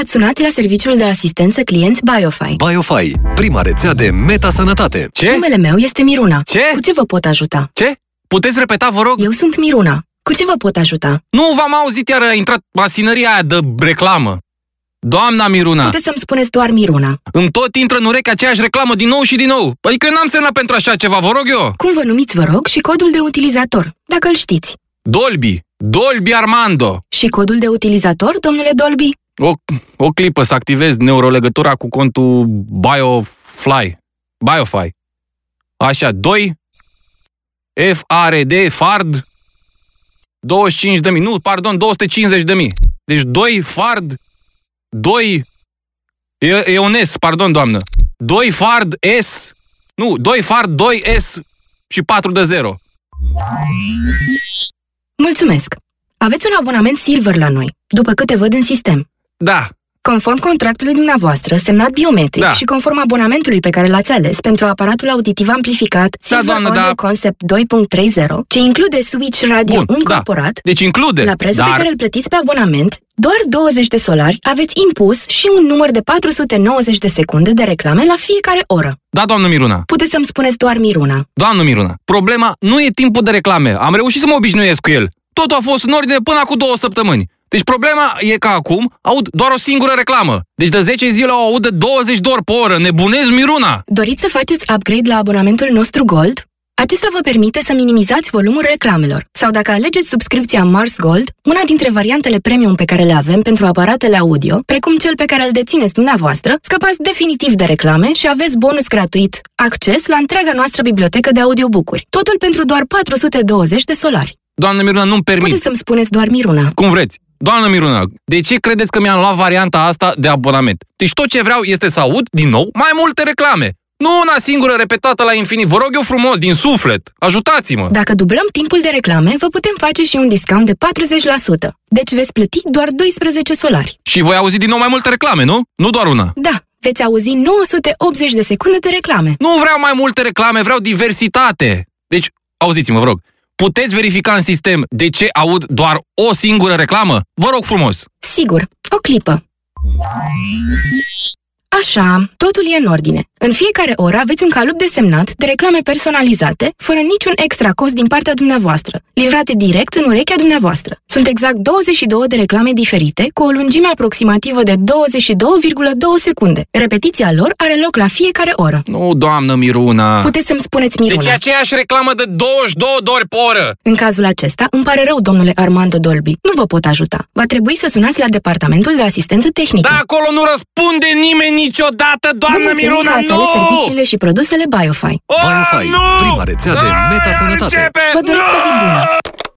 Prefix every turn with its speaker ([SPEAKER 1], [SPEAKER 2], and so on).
[SPEAKER 1] Ați sunat la serviciul de asistență clienți Biofy.
[SPEAKER 2] Biofy, prima rețea de meta-sănătate.
[SPEAKER 3] Ce?
[SPEAKER 1] Numele meu este Miruna.
[SPEAKER 3] Ce?
[SPEAKER 1] Cu ce vă pot ajuta?
[SPEAKER 3] Ce? Puteți repeta, vă rog?
[SPEAKER 1] Eu sunt Miruna. Cu ce vă pot ajuta?
[SPEAKER 3] Nu v-am auzit, iar a intrat masinăria aia de reclamă. Doamna Miruna,
[SPEAKER 1] Puteți să-mi spuneți doar Miruna.
[SPEAKER 3] îmi tot intră în ureche aceeași reclamă din nou și din nou. Adică n-am semnat pentru așa ceva, vă rog eu.
[SPEAKER 1] Cum vă numiți, vă rog, și codul de utilizator, dacă îl știți.
[SPEAKER 3] Dolby, Dolby Armando.
[SPEAKER 1] Și codul de utilizator, domnule Dolby?
[SPEAKER 3] O, o clipă să activez neurolegătura cu contul Biofly. Biofly. Așa, 2 FARD FARD 25 de mii. Nu, pardon, 250 de mii. Deci 2 FARD 2 E- EONES, pardon, doamnă. 2 FARD S Nu, 2 FARD 2 S și 4 de 0.
[SPEAKER 1] Mulțumesc! Aveți un abonament Silver la noi, după câte văd în sistem.
[SPEAKER 3] Da,
[SPEAKER 1] Conform contractului dumneavoastră, semnat biometric
[SPEAKER 3] Da.
[SPEAKER 1] și conform abonamentului pe care l-ați ales pentru aparatul auditiv amplificat Silver
[SPEAKER 3] doamnă,
[SPEAKER 1] Audio
[SPEAKER 3] da.
[SPEAKER 1] Concept 2.30, ce include switch radio
[SPEAKER 3] Bun, da.
[SPEAKER 1] încorporat,
[SPEAKER 3] deci include.
[SPEAKER 1] La prețul
[SPEAKER 3] dar...
[SPEAKER 1] pe care îl plătiți pe abonament, doar 20 de solari, aveți impus și un număr de 490 de secunde de reclame la fiecare oră.
[SPEAKER 3] Da, doamnă Miruna.
[SPEAKER 1] Puteți să-mi spuneți doar Miruna.
[SPEAKER 3] Doamnă Miruna, problema nu e timpul de reclame. Am reușit să mă obișnuiesc cu el. Totul a fost în ordine până acum două săptămâni. Deci problema e că acum aud doar o singură reclamă. Deci de 10 zile o aud de 20 de ori pe oră. Nebunez Miruna!
[SPEAKER 1] Doriți să faceți upgrade la abonamentul nostru Gold? Acesta vă permite să minimizați volumul reclamelor. Sau dacă alegeți subscripția Mars Gold, una dintre variantele premium pe care le avem pentru aparatele audio, precum cel pe care îl dețineți dumneavoastră, scăpați definitiv de reclame și aveți bonus gratuit, acces la întreaga noastră bibliotecă de audiobook-uri. Totul pentru doar 420 de solari.
[SPEAKER 3] Doamnă Miruna, nu-mi permit.
[SPEAKER 1] Puteți să-mi spuneți doar Miruna.
[SPEAKER 3] Cum vreți. Doamnă Miruna, de ce credeți că mi-am luat varianta asta de abonament? Deci tot ce vreau este să aud, din nou, mai multe reclame. Nu una singură repetată la infinit. Vă rog eu frumos, din suflet. Ajutați-mă!
[SPEAKER 1] Dacă dublăm timpul de reclame, vă putem face și un discount de 40%. Deci veți plăti doar 12 solari.
[SPEAKER 3] Și voi auzi din nou mai multe reclame, nu? Nu doar una.
[SPEAKER 1] Da, veți auzi 980 de secunde de reclame.
[SPEAKER 3] Nu vreau mai multe reclame, vreau diversitate. Deci, auziți-mă, vă rog, puteți verifica în sistem de ce aud doar o singură reclamă? Vă rog frumos!
[SPEAKER 1] Sigur, o clipă. Așa, totul e în ordine. În fiecare oră aveți un calup desemnat de reclame personalizate, fără niciun extra cost din partea dumneavoastră, livrate direct în urechea dumneavoastră. Sunt exact 22 de reclame diferite, cu o lungime aproximativă de 22,2 secunde. Repetiția lor are loc la fiecare oră.
[SPEAKER 3] Nu, doamnă Miruna!
[SPEAKER 1] Puteți să-mi spuneți Miruna.
[SPEAKER 3] Deci e aceeași reclamă de 22 de ori pe oră!
[SPEAKER 1] În cazul acesta, îmi pare rău, domnule Armando Dolby. Nu vă pot ajuta. Va trebui să sunați la Departamentul de Asistență Tehnică.
[SPEAKER 3] Da, acolo nu răspunde nimeni niciodată,
[SPEAKER 1] Vă
[SPEAKER 3] doamnă
[SPEAKER 1] mulțumim
[SPEAKER 3] Miruna,
[SPEAKER 1] că ați ales
[SPEAKER 3] nu!
[SPEAKER 1] serviciile și produsele Biofy.
[SPEAKER 3] O,
[SPEAKER 2] Biofy,
[SPEAKER 3] nu!
[SPEAKER 2] prima rețea de
[SPEAKER 3] Ah,
[SPEAKER 2] meta-sănătate.
[SPEAKER 3] începe! Da!
[SPEAKER 1] Vă doresc o zi bună!